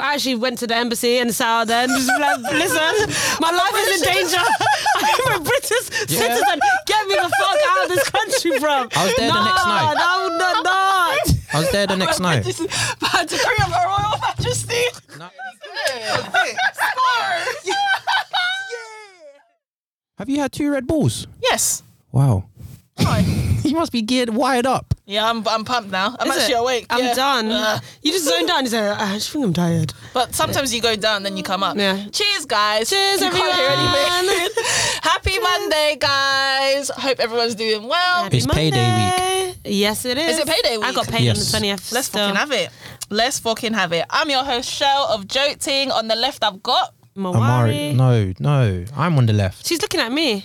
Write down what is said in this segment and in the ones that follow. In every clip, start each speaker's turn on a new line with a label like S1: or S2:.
S1: actually went to the embassy in Saudi and just like, listen, my life is in danger. I'm a British citizen. Get me the fuck out of this country, bruv.
S2: I was there the
S1: Nah,
S2: next night.
S1: No, no, no.
S2: I was there the next night.
S3: By decree of her royal majesty.
S2: Have you had two Red Bulls?
S3: Yes.
S2: Wow.
S3: Why?
S2: You must be geared wired up.
S3: Yeah, I'm, I'm pumped now. I'm
S1: Is
S3: actually
S1: it?
S3: awake.
S1: I'm
S3: yeah.
S1: done.
S3: Uh,
S1: you just zoned out and you said, "Ah, I just think I'm tired.
S3: But sometimes you go down, then you come up.
S1: Yeah.
S3: Cheers, guys.
S1: Cheers,
S3: You can't hear
S1: everyone.
S3: anything. Happy Monday, guys. Hope everyone's doing well.
S2: It's payday
S1: week. Yes, it is.
S3: Is it payday
S1: I got
S3: week?
S1: paid
S2: Yes.
S1: on the 20th.
S3: Let's
S1: still.
S3: fucking have it. Let's fucking have it. I'm your host, Shell of Joting. On the left, I've got
S1: Mawari.
S2: Amari. No, no. I'm on the left.
S1: She's looking at me.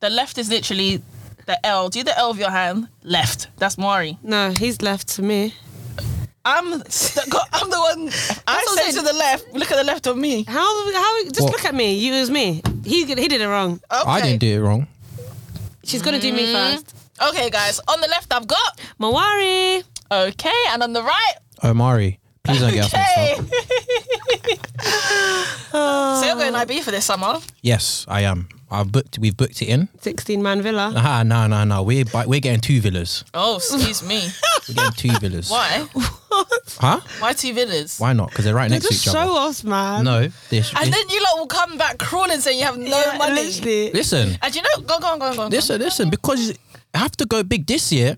S3: the left is literally the L. Do the L of your hand. Left. That's Mari.
S1: No, he's left to me.
S3: I'm the, God, I'm the one. I
S1: what I'm
S3: said
S1: saying.
S3: to the left. Look at the left of me. Okay.
S1: How? How? Just
S2: What?
S1: look at me. You as me. He he did it wrong.
S2: I didn't do it wrong.
S1: She's gonna do
S2: Mm.
S1: me first.
S3: Okay, guys. On the left, I've got
S1: Mawari.
S3: okay, and on the right,
S2: Omari, please don't get us
S3: okay.
S2: mixed up.
S3: so you're going IB for this summer.
S2: Yes, I am. I've booked. We've booked it in.
S1: Sixteen man villa.
S2: Ah, no, no, no. We're bu- we're getting two villas.
S3: Oh, excuse me.
S2: We're getting two villas.
S3: Why?
S2: Huh?
S3: Why two villas?
S2: Why not? Because they're right next to
S1: Just
S2: each other.
S1: show us, man.
S2: No, they sh-
S3: And then you lot will come back crawling saying you have no
S1: Yeah,
S3: money.
S1: literally.
S2: listen,
S3: And you know, go go on, go on, go on.
S2: listen, listen. Because I have to go big this year.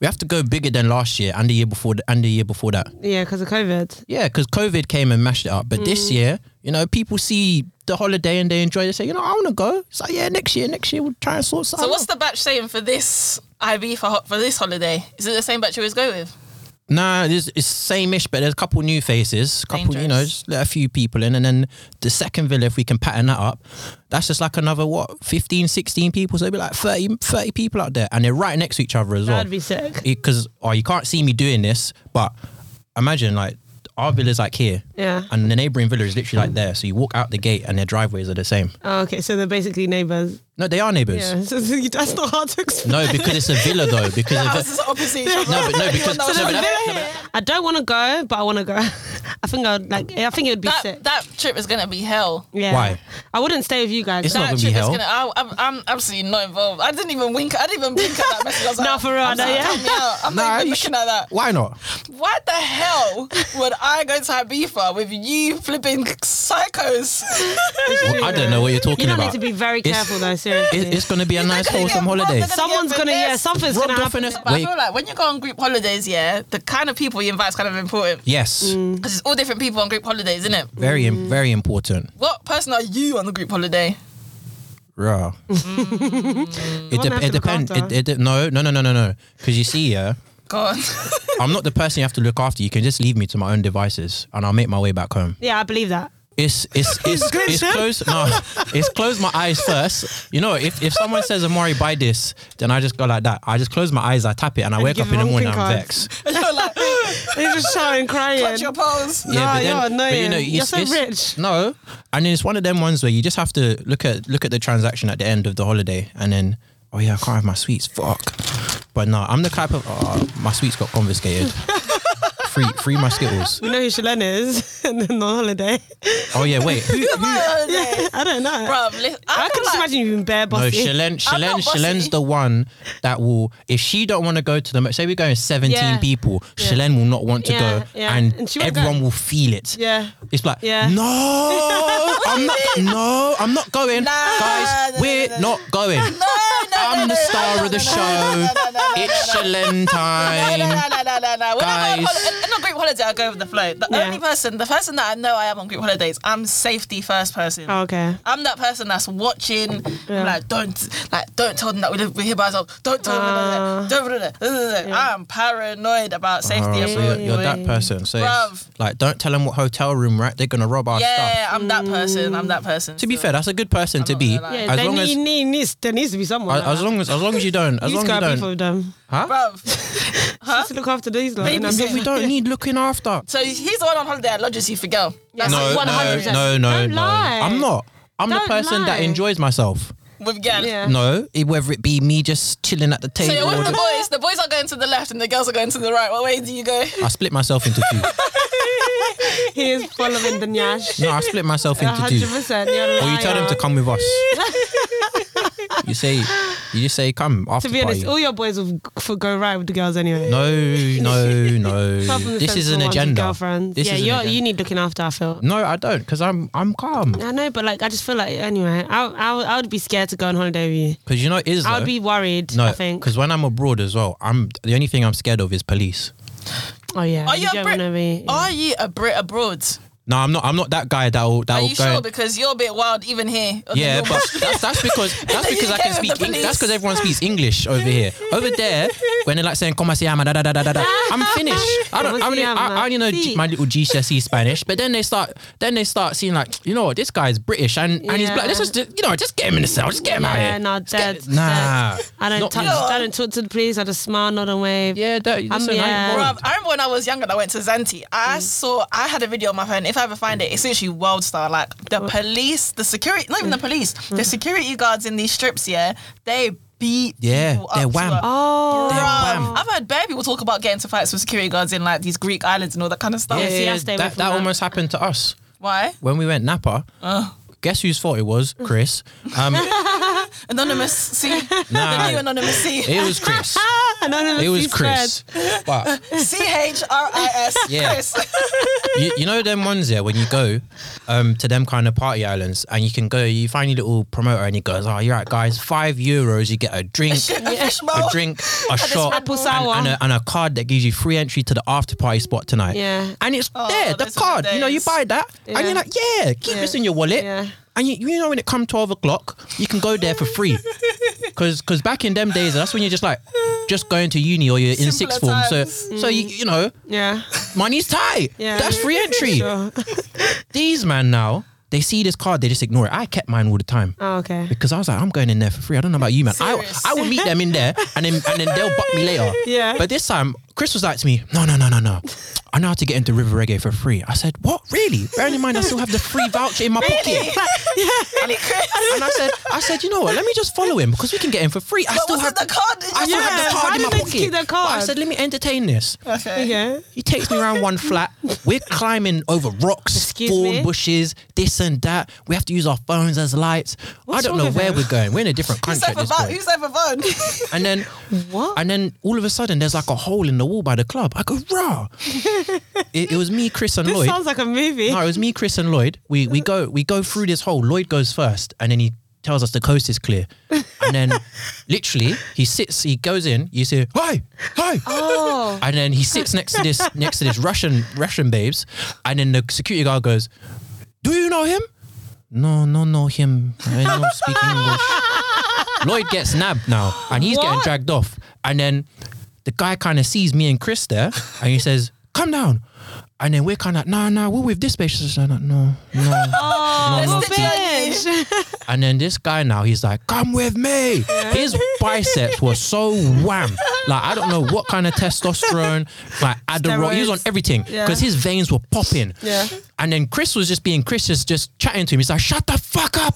S2: We have to go bigger than last year and the year before th- and the year before that.
S1: Yeah, because of COVID.
S2: Yeah, because COVID came and mashed it up. But
S3: Mm.
S2: this year, you know, people see the holiday and they enjoy. it. They say, you know, I want to go. It's like, yeah, next year, next year we'll try and sort something.
S3: So what's
S2: out.
S3: the batch saying for this IB for ho- for this holiday? Is it the same batch you always go with?
S2: Nah, it's, it's same-ish, but there's a couple new faces, couple you know,
S3: Dangerous.
S2: just let a few people in, and then the second villa, if we can pattern that up, that's just like another what 15, 16 people, so it'll be like 30, 30 people out there, and they're right next to each other as
S1: That'd
S2: well.
S1: be sick.
S2: Because oh, you can't see me doing this, but imagine like our villa's like here,
S1: Yeah.
S2: and the neighboring villa is literally like there. So you walk out the gate, and their driveways are the same.
S1: Oh, okay, so they're basically neighbours.
S2: No, they are neighbors.
S1: Yeah, so that's not hard to explain.
S2: No, because it's a villa though. Because of
S3: Houses are opposite each other.
S2: no, but no, because no,
S3: So
S2: but
S3: there's a
S2: that-
S3: villa
S1: I don't want to go, but I want to go. I think I'd like. I think it would be sick.
S3: That, that trip is gonna be hell.
S1: yeah.
S2: Why?
S1: I wouldn't stay with you guys.
S2: It's
S1: That-
S2: not gonna be
S3: That trip is
S2: hell.
S3: gonna. I, I'm, I'm absolutely not involved. I didn't even wink. I didn't even blink at that message. I was like,
S1: No, for real,
S3: I'm
S1: no,
S3: sorry,
S1: yeah.
S3: count me out. I'm
S2: Nah,
S3: not even
S2: you
S3: looking at that.
S2: why not?
S3: Why the hell would I go to Ibiza with you flipping psychos?
S2: Well, I don't know what you're talking
S1: you don't
S2: about.
S1: need to be very
S2: It's-
S1: careful though. Seriously.
S2: It, it's going to be a nice
S3: gonna
S2: wholesome
S3: get robbed
S2: holiday.
S3: and then-
S1: Someone's
S3: Yeah,
S1: gonna.
S3: but
S1: Yeah,
S3: this-
S1: something's
S2: Robbed
S1: gonna
S2: off in
S1: happen.
S2: a-
S3: But
S2: Wait.
S3: I feel like when you go on group holidays, yeah, the kind of people you invite is kind of important.
S2: Yes,
S1: Mm.
S3: Because it's all different people on group holidays, isn't it?
S2: very im- very important.
S3: What person are you on the group holiday?
S2: Rah. it
S1: One I Mm. have to
S2: de- it
S1: look
S2: depends. It,
S1: after.
S2: it de- no no no no no no. Because you see, yeah,
S3: Go on.
S2: I'm not the person you have to look after. You can just leave me to my own devices, and I'll make my way back home.
S1: Yeah, I believe that.
S2: It's it's it's, it's
S1: Christian.
S2: close. No, it's close my eyes first. You know, if, if someone says Amari buy this, then I just go like that. I just close my eyes, I tap it, and I wake
S1: give
S2: up in the
S1: them
S2: morning.
S1: pink
S2: I'm
S1: eyes.
S2: vexed.
S3: You're like,
S1: He's just shouting, crying.
S3: touch your pose.
S1: Nah,
S2: Yeah,
S1: you're
S2: but then, but you
S1: annoying.
S2: know,
S1: You're
S2: it's-
S1: so
S2: it's-
S1: rich.
S2: No, and it's one of them ones where you just have to look at look at the transaction at the end of the holiday, and then oh yeah, I can't have my sweets. Fuck. But no, I'm the type of oh, my sweets got confiscated. free, free my skittles.
S1: We know who Shalene is, and then on holiday.
S2: Oh yeah, wait. Who, who?
S3: Yeah.
S1: I don't know.
S3: Bruv, li-
S1: I
S3: I,
S1: can
S3: feel
S1: just
S3: like-
S1: imagine you being bare
S2: No,
S1: bossy.
S2: Shalen, Shalen,
S3: not bossy.
S2: Shalen's the one that will. If she don't want to go to the, say we're going seventeen
S1: Yeah.
S2: people, Shalen will not want to
S1: Yeah,
S2: go,
S1: yeah.
S2: and,
S1: And she won't go.
S2: everyone will feel it.
S1: Yeah.
S2: It's like,
S1: Yeah.
S2: no, I'm not, no, I'm not going,
S3: Nah,
S2: guys.
S3: no, no,
S2: we're
S3: no,
S2: not going.
S3: No, no,
S2: I'm
S3: no,
S2: the
S3: no,
S2: star
S3: no,
S2: of the
S3: no, no,
S2: show.
S3: no, no, no, no,
S2: it's Shalen
S3: No, no,
S2: time.
S3: no, no, no, no. When I go on
S2: Guys.
S3: holiday, in a group holiday, I go with the flow. The
S1: Yeah.
S3: only person, the person that I know I am on group holidays, I'm safety first person.
S1: Oh, okay.
S3: I'm that person that's watching. I'm like, don't, like, don't tell them that we live, we're here by ourselves. Don't tell
S1: Ah.
S3: them. that- Don't. blah, blah, blah, blah, blah. I'm paranoid about safety.
S2: Oh, so you're,
S3: abroad.
S2: you're that person. So it's
S3: Bruv.
S2: like, don't tell them what hotel room, right? They're gonna rob our stuff.
S3: yeah, I'm that person. I'm that person.
S2: To be fair, that's a good person to
S3: not
S2: be.
S3: gonna lie.
S1: Yeah,
S2: as
S1: there,
S2: long
S1: need,
S2: as,
S1: need, needs, there needs to be someone. uh, like
S2: as
S1: that.
S2: long as, as long as you don't, as
S1: you
S2: long
S1: just
S2: as you
S1: gotta be for
S2: don't.
S1: them.
S2: Huh?
S3: bruv. huh?
S1: Just to look after these. Like, and I'm
S3: Babysit.
S2: We don't need looking after.
S3: So he's the one on holiday that lodges you for girl. That's
S2: No,
S3: one
S2: no,
S3: hundred
S2: no, no,
S1: Don't
S2: no.
S1: lie.
S2: I'm not. I'm the
S1: Don't
S2: person
S1: lie.
S2: that enjoys myself.
S3: with girl.
S1: Yeah.
S2: No, it- whether it be me just chilling at the
S3: So
S2: table.
S3: you're
S2: or
S3: with the
S2: the-
S3: boys. The boys are going to the left and the girls are going to the right. What way do you go?
S2: I split myself into two.
S1: he is following the Nyash.
S2: No, I split myself
S1: A
S2: into two.
S1: hundred percent. You're a
S2: Or you tell them to
S1: liar.
S2: come with us. you say, you just say, come after
S1: To be honest,
S2: party.
S1: all your boys will f- go right with the girls anyway.
S2: No, no, no.
S1: Apart from the
S2: This is an
S1: sensible ones with
S2: agenda.
S1: girlfriends.
S2: This
S1: yeah,
S2: is an
S1: you're,
S2: agenda.
S1: you need looking after. I feel.
S2: No, I don't, because I'm I'm calm.
S1: I know, but like, I just feel like anyway. I I, would- I would be scared to go on holiday with you.
S2: Because you know, it is
S1: I
S2: though.
S1: would be worried.
S2: no,
S1: I think.
S2: because when I'm abroad as well, I'm the only thing I'm scared of is police.
S1: Oh yeah.
S3: Are you, a
S1: don't
S3: Brit?
S1: wanna be-
S3: Are you a Brit abroad?
S2: No, I'm not. I'm not that guy that will that
S3: Are
S2: will
S3: you
S2: go.
S3: sure? Because you're a bit wild even here. Okay,
S2: Oh, yeah,
S3: you're
S2: but
S3: Muslim.
S2: that's, that's because that's
S3: the
S2: because I
S3: UK
S2: can
S3: with
S2: speak.
S3: the
S2: Eng- that's
S3: police.
S2: because everyone speaks English over here. Over there, when they're like saying "Como se llama?" Da, da, da, da, da, da, I'm finished. I don't.
S1: Como
S2: I,
S1: se
S2: only,
S1: llama?
S2: I, I only know
S1: Sí.
S2: my little GCSE Spanish. But then they start. Then they start seeing like, you know what? This guy's British and, and he's
S1: Yeah.
S2: black. Let's just you know just get him in the cell. Just get him out
S1: Yeah,
S2: here.
S1: no,
S2: Just get-
S1: dead,
S2: Nah,
S1: I don't
S2: Not
S1: touch.
S2: me.
S1: I don't talk to the police. I just smile, nod, and wave.
S2: Yeah, that, listen,
S1: Um, yeah.
S2: I ain't
S3: Bruv,
S2: bothered.
S3: I remember when I was younger and I went to Zanti.
S1: Mm.
S3: I saw, I had a video on my phone. If I ever find it, it's literally world star. Like the police, the security, not even
S1: Mm.
S3: the police, the security guards in these strips, yeah, they beat
S2: Yeah,
S3: people up
S2: they're
S3: to
S2: wham.
S3: a-
S1: Oh.
S2: They're wham.
S3: Bruv, I've heard bare people talk about getting to fights with security guards in like these Greek islands and all that kind of stuff.
S1: Yeah, see, I stay away
S2: that,
S1: from
S2: that
S1: that.
S2: almost happened to us
S3: Why?
S2: when we went Napa.
S1: Oh.
S2: Guess whose fault it was? Chris. Um,
S3: Anonymous C.
S2: Nah.
S3: The new anonymous C.
S2: it was Chris.
S1: Anonymous
S2: It was
S1: is
S2: Chris. But
S3: C H R I S.
S2: Yeah. you, you know them ones there when you go um, to them kind of party islands and you can go, you find your little promoter and he goes, "Oh, you're right, guys. Five euros, you get a drink, a drink, a shot,
S1: Apple
S2: and,
S1: sour.
S2: and, a, and a card that gives you free entry to the after party spot tonight.
S1: Yeah.
S2: and it's
S3: Oh,
S2: there, the
S3: those are the
S2: card. You know, you
S3: days.
S2: buy that, and
S1: Yeah.
S2: you're like, yeah, keep
S1: Yeah.
S2: this in your wallet.
S1: Yeah.
S2: And you, you know when it come twelve o'clock, you can go there for free, because back in them days, that's when you're just like, just going to uni or you're in sixth
S3: Simpler
S2: form. So
S3: times.
S2: so you you know
S1: Yeah.
S2: money's tight.
S1: Yeah.
S2: That's free entry.
S1: Sure.
S2: These man now, they see this card, they just ignore it. I kept mine all the time.
S1: Oh, okay.
S2: Because I was like, I'm going in there for free. I don't know about you, man. I,
S3: Serious.
S2: I will meet them in there and then and then they'll butt me later.
S1: Yeah.
S2: But this time, Chris was like to me, No, no, no, no, no. I know how to get into River Reggae for free. I said, What? Really? Bearing in mind I still have the free voucher in my pocket. And I said, I said, you know what, let me just follow him because we can get him for free. I
S3: But
S2: still
S3: was
S2: have
S3: it the card? that you
S2: I still
S3: said?
S2: have
S1: Yeah,
S2: the card
S1: why
S2: in my
S1: did they
S2: pocket.
S1: keep the
S2: But I
S1: card?
S2: said, let me entertain this.
S3: Okay.
S1: Okay.
S2: He takes me around one flat. We're climbing over rocks,
S1: Excuse
S2: thorn
S1: me?
S2: bushes, this and that. We have to use our phones as lights.
S1: What's
S2: I don't
S1: wrong
S2: know
S1: with
S2: where
S1: him?
S2: we're going. We're in a different
S3: Who's
S2: country
S3: there
S2: at
S3: for
S2: this
S3: fun?
S2: point.
S3: Who's there for fun?
S2: And then
S1: What?
S2: And then all of a sudden, there's like a hole in the wall by the club. I go, rah. it, it was me, Chris, and
S1: This
S2: Lloyd.
S1: sounds like a movie.
S2: No, it was me, Chris, and Lloyd. We we go we go through this hole. Lloyd goes first, and then he tells us the coast is clear. And then, literally, he sits. He goes in. You say, "Hi, hi,"
S1: Oh.
S2: and then he sits next to this next to this Russian Russian babes, and then the security guard goes, "Do you know him?" No, no, no, him. I don't speak English. Lloyd gets nabbed now, and he's getting
S1: What?
S2: dragged off. And then the guy kind of sees me and Chris there, and he says, "Come down." And then we're kind of like, "No, no, we're with this bitch." She's like, No, no.
S1: Oh,
S3: It's the
S1: bitch.
S2: And then this guy now, he's like, come with me. His biceps were so wham. Like, I don't know what kind of testosterone, like Adderall. He was on
S1: Steroids.
S2: everything
S1: Yeah.
S2: because his veins were popping.
S1: Yeah.
S2: And then Chris was just being Chris, just, just chatting to him. He's like, shut the fuck up.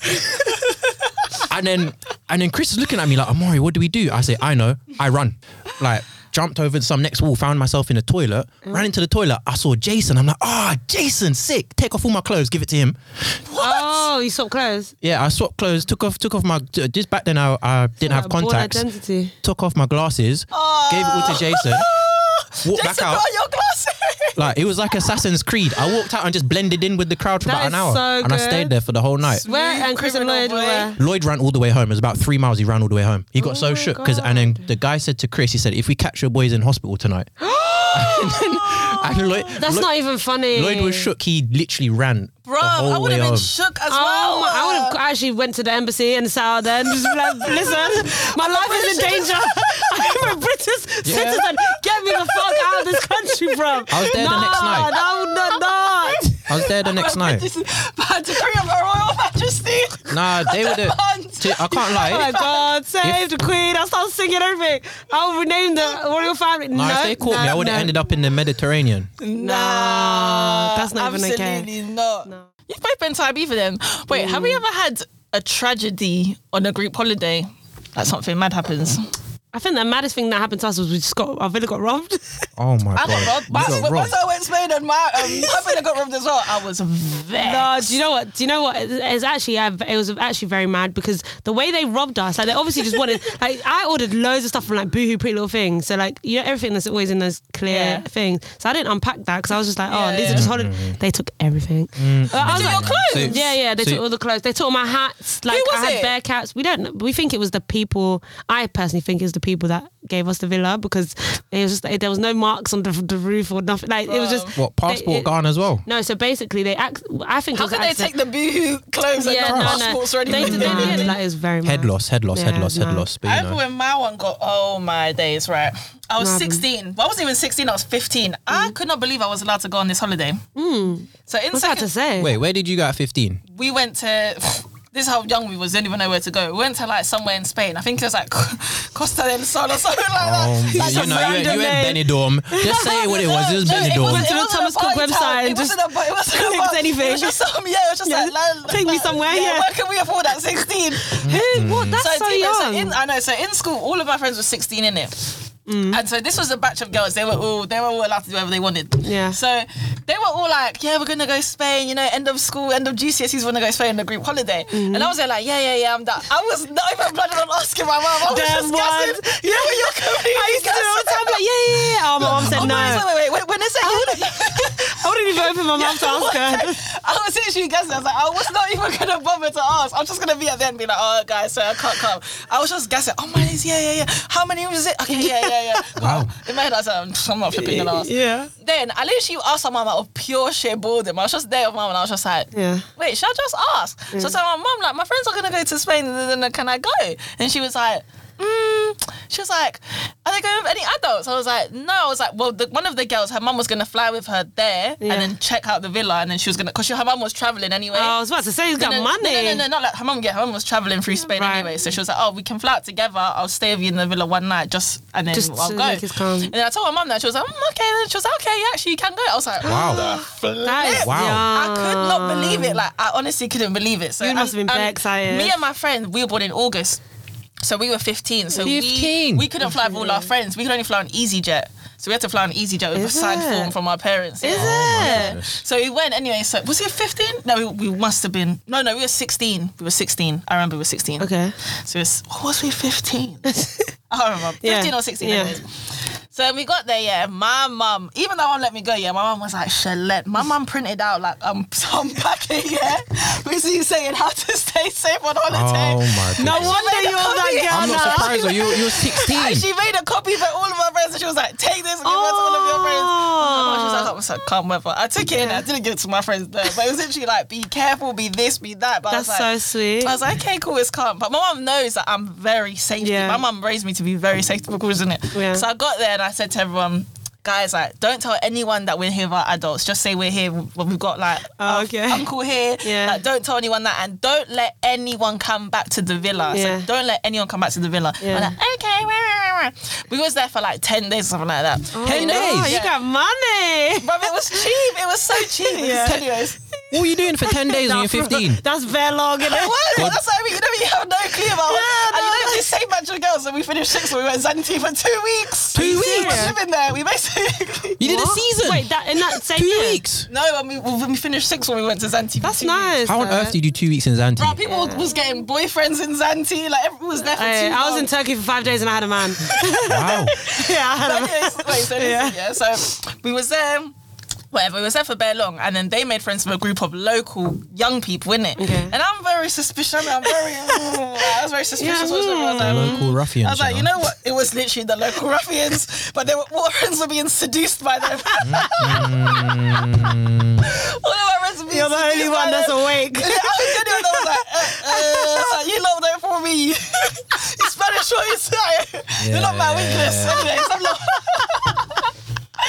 S2: and then and then Chris is looking at me like, Amari, what do we do? I say, I know. I run. Like, jumped over some next wall, found myself in a toilet, ran into the toilet. I saw Jason. I'm like, ah, Jason, sick. Take off all my clothes, give it to him.
S1: Oh, you swapped clothes.
S2: Yeah, I swapped clothes, took off, took off my. uh, Just back then, I, I didn't have
S1: Like, born
S2: contacts.
S1: identity.
S2: Took off my glasses, gave it all
S1: Oh.
S2: to Jason. Walked
S3: Jason,
S2: back out.
S3: put on your glasses.
S2: Like it was like Assassin's Creed. I walked out and just blended in with the crowd for
S1: That
S2: about
S1: is
S2: an hour,
S1: so
S2: and I
S1: good.
S2: stayed there for the whole night.
S1: Where and Chris and
S3: criminal
S1: Lloyd were.
S3: boy.
S1: where?
S2: Lloyd ran all the way home. It was about three miles. He ran all the way home. He got so
S1: Oh my
S2: shook because, and then the guy said to Chris, he said, "If we catch your boys in hospital tonight," and, then, and Lloyd,
S1: That's
S2: Lloyd,
S1: not even funny.
S2: Lloyd was shook. He literally ran the
S3: Bruv,
S2: whole
S3: I would
S2: way Um,
S3: have
S2: home.
S3: been shook as
S1: Oh,
S3: well.
S1: my- I would
S2: uh,
S1: have I actually went to the embassy in Saudi and just be like, listen, my life is in danger. I'm a British citizen. Get me the fuck out of this country, bro.
S2: I was there the
S1: no,
S2: next night.
S1: No, no, no.
S2: I was there the next night.
S3: By decree of her royal majesty.
S2: Nah, they would have. I can't lie.
S1: Oh my God, save the queen. I'll start singing everything. I'll rename the royal family.
S2: No,
S1: no,
S2: if they caught
S1: no,
S2: me, I would have
S1: no.
S2: ended up in the Mediterranean.
S1: Nah, that's not even okay.
S3: Absolutely not. You've both been to Ibiza then. Wait,
S2: Mm.
S3: have we ever had a tragedy on a group holiday? Like something mad happens.
S1: I think the maddest thing that happened to us was we just got, our villa got robbed.
S2: Oh my
S3: I
S2: god.
S3: got robbed.
S2: You
S3: But
S2: got
S3: but
S2: robbed.
S3: once I went to Spain and my um, my brother got robbed as well, I was vexed.
S1: No, do you know what? Do you know what? It- It's actually I- it was actually very mad because the way they robbed us, like they obviously just wanted. like I ordered loads of stuff from like Boohoo, Pretty Little Things, so like you know everything that's always in those clear
S3: Yeah.
S1: things. So I didn't unpack that because I was just like, oh,
S3: Yeah,
S1: these
S3: yeah.
S1: are just holiday.
S2: Mm-hmm.
S1: They took everything.
S2: Mm.
S1: Uh, I was like,
S3: took your clothes?
S1: Yeah, yeah. They
S2: So-
S1: took all the clothes. They took all my hats. Like
S3: was
S1: I had
S3: it?
S1: bear cats. We don't. know. We think it was the people. I personally think it was the people that gave us the villa because it was just there was no marks on the, the roof or nothing. Like it was just
S2: What passport
S1: it-
S2: gone as well?
S1: no, so basically they act. I think it
S3: How
S1: was
S3: could
S1: an
S3: they
S1: accident.
S3: take the boohoo clothes and
S1: Yeah,
S3: not
S1: no, no.
S3: passports or
S1: They
S3: anything?
S1: did that. That is very mad.
S2: Head loss, head loss, head
S1: Yeah,
S2: loss, head
S1: no.
S2: loss. But
S3: I
S2: you
S3: remember
S2: know,
S3: when my one got, oh my days, right? I was
S1: What happened?
S3: 16. Well, I wasn't even 16, I was 15. I could not believe I was allowed to go on this holiday. So in
S1: What's Mm. that to
S3: second,
S1: say?
S2: wait, where did you go at 15?
S3: we went to, this is how young we was, didn't even know where to go. We went to like somewhere in Spain. I think it was like Costa del Sol or something like that.
S2: Um,
S3: Like
S2: you
S3: a
S2: know, you,
S1: random
S2: you went Benidorm. Just say what it was. It was
S3: No, it
S2: Benidorm.
S3: wasn't-
S1: Went to the
S3: it wasn't
S1: Thomas
S3: a
S1: Cook
S3: party
S1: website
S3: town.
S1: and
S3: It
S1: just
S3: wasn't a bar- it wasn't a
S1: clicked
S3: bar.
S1: anything.
S3: It was just some, yeah, it was just
S1: Yeah,
S3: like, like,
S1: take me
S3: like,
S1: somewhere, yeah.
S3: Where can we afford at 16?
S2: Hmm.
S1: Who? What? That's so,
S3: you know,
S1: young.
S3: in, I know. So in school, all of my friends were 16 in it.
S1: Mm.
S3: And so this was a batch of girls. They were all they were all allowed to do whatever they wanted.
S1: Yeah.
S3: So they were all like, "Yeah, we're gonna go Spain. You know, end of school, end of GCSEs, wanna go Spain on a group holiday."
S1: Mm-hmm.
S3: And I was there like, "Yeah, yeah, yeah, I'm that." I was not even planning on asking my mom. I was
S1: Damn
S3: just guessing. You know, when you're completely
S1: I used to do it all the
S3: guessing.
S1: time. Like, yeah, yeah, yeah. Oh, my mom said
S3: Oh,
S1: no.
S3: wait,
S1: I
S3: wait, wait, wait. When they say
S1: wouldn't even open my mouth to ask her.
S3: I was literally guessing. I was like, I was not even gonna bother to ask. I'm just gonna be at the end, and be like, oh guys, sorry, I can't come. I was just guessing. Oh my days, yeah, yeah, yeah. How many rooms is it? Okay, yeah, yeah, yeah.
S2: Wow.
S3: In my head, I was like, "Pfft, I'm not flipping an ass.
S1: Yeah.
S3: Then I literally asked my mum out of pure sheer boredom. I was just there with mum, and I was just like,
S1: Yeah.
S3: Wait, should I just ask? So I said, my mum, like, my friends are gonna go to Spain. Can I go? And she was like. Mm. She was like, "Are they going with any adults?" I was like, "No." I was like, "Well, the, one of the girls, her mum was gonna fly with her there,
S1: Yeah.
S3: and then check out the villa and then she was gonna because her mum was traveling anyway.
S1: Oh, I was about to say he's got
S3: no, no,
S1: money.
S3: No, no, no, no, not like her mum. Yeah, her mum was traveling through Spain
S1: Right.
S3: anyway, so she was like, "Oh, we can fly out together. I'll stay with you in the villa one night, just and then
S1: Just
S3: I'll
S1: to
S3: go."
S1: make us calm.
S3: And then I told my mum that she was like, mm, "Okay." And she was like, "Okay, yeah, actually, you can go." I was like,
S2: Wow.
S1: That is
S2: Wow.
S3: I
S1: young.
S3: could not believe it. Like I honestly couldn't believe it. So
S1: Ah. You must
S3: and-
S1: have been
S3: and
S1: very excited.
S3: Me and my friend, we were born in August, so we were 15. So
S2: 15.
S3: we we couldn't fly with all our friends. We could only fly on EasyJet. So we had to fly on EasyJet with
S1: Is
S3: a signed
S1: it?
S3: form from our parents.
S1: Is
S3: Yeah.
S1: it?
S2: Goodness.
S3: So we went anyway. So was it 15? No, we, we must have been. No, no, we were 16. We were 16. I remember we were 16.
S1: Okay.
S3: So it's, what was we 15? I don't remember. 15
S1: Yeah.
S3: or 16
S1: Yeah.
S3: anyways. So when we got there, yeah, my mum, even though I let me go, yeah, my mum was like, Shalette. My mum printed out like um some packet, yeah. Basically saying how to stay safe on holiday.
S2: Oh my god.
S1: No
S3: She made
S1: wonder
S3: a
S1: you're that
S3: copy.
S1: girl
S2: I'm
S1: now.
S2: not surprised though. You you're 16.
S3: She made a copy for all of her friends and she was like, take this and give it to all of your friends. Oh She was like, I was like, calm weather. I took it and I didn't give it to my friends though. But it was literally like, be careful, be this, be that. But
S1: That's
S3: I was like,
S1: so sweet.
S3: I was like, okay, cool, it's calm. But my mum knows that I'm very safety.
S1: Yeah.
S3: My mum raised me to be very safety because, isn't it?
S1: Yeah.
S3: So I got there and I said to everyone, guys, like, don't tell anyone that we're here with our adults. Just say we're here. When we've got like
S1: Oh,
S3: our
S1: okay.
S3: uncle here.
S1: Yeah.
S3: Like, don't tell anyone that, and don't let anyone come back to the villa.
S1: Yeah.
S3: So don't let anyone come back to the villa.
S1: Yeah.
S3: And like, okay. Rah, rah, rah. We was there for like ten days or something like that.
S1: Oh,
S3: You know?
S1: wow,
S3: Yeah.
S1: You got money.
S3: Bruv, it was cheap. It was so cheap. It
S1: Yeah.
S3: was ten years.
S2: What were you doing for 10 days when you're 15?
S1: That's very long, isn't it?
S3: What?
S2: God.
S3: That's what I mean. You know, you have no clue about.
S1: Yeah,
S3: and
S1: no,
S3: you know, we same bunch of girls, and we finished six. We went Zanti for two weeks.
S2: Two
S3: We
S2: weeks?
S3: were living there. We basically.
S2: You did a
S1: What?
S2: season.
S1: Wait, that in that same
S2: two
S1: year?
S2: weeks.
S3: No, when we, when we finished six, when we went to Zanti.
S1: That's nice.
S2: How on
S1: though.
S2: earth do you do two weeks in
S3: Bro,
S2: Zante?
S3: people was getting boyfriends in Zanti. Like everyone was there for
S1: Hey,
S3: two.
S1: I was in
S3: months.
S1: Turkey for five days and I had a man.
S2: Wow.
S1: yeah, I had a man.
S3: Anyways, wait, so listen,
S1: Yeah.
S3: yeah. So we was there. Whatever, we was there for bare long, and then they made friends with a group of local young people, innit?
S1: Okay.
S3: And I'm very suspicious. I mean, I'm very, I was very suspicious.
S1: Yeah,
S3: towards them. I was like,
S2: Local ruffians.
S3: I was like, you know what? It was literally the local ruffians, but they were all our friends were being seduced by them.
S1: Mm-hmm.
S3: all of our friends were being
S1: You're the
S3: seduced
S1: only
S3: by
S1: one that's
S3: them.
S1: awake.
S3: I was sitting there, I was like, uh, uh, I was like, you love that for me. It's Spanish voice. You're not my weakness.
S2: Yeah.
S3: Anyways, I'm like,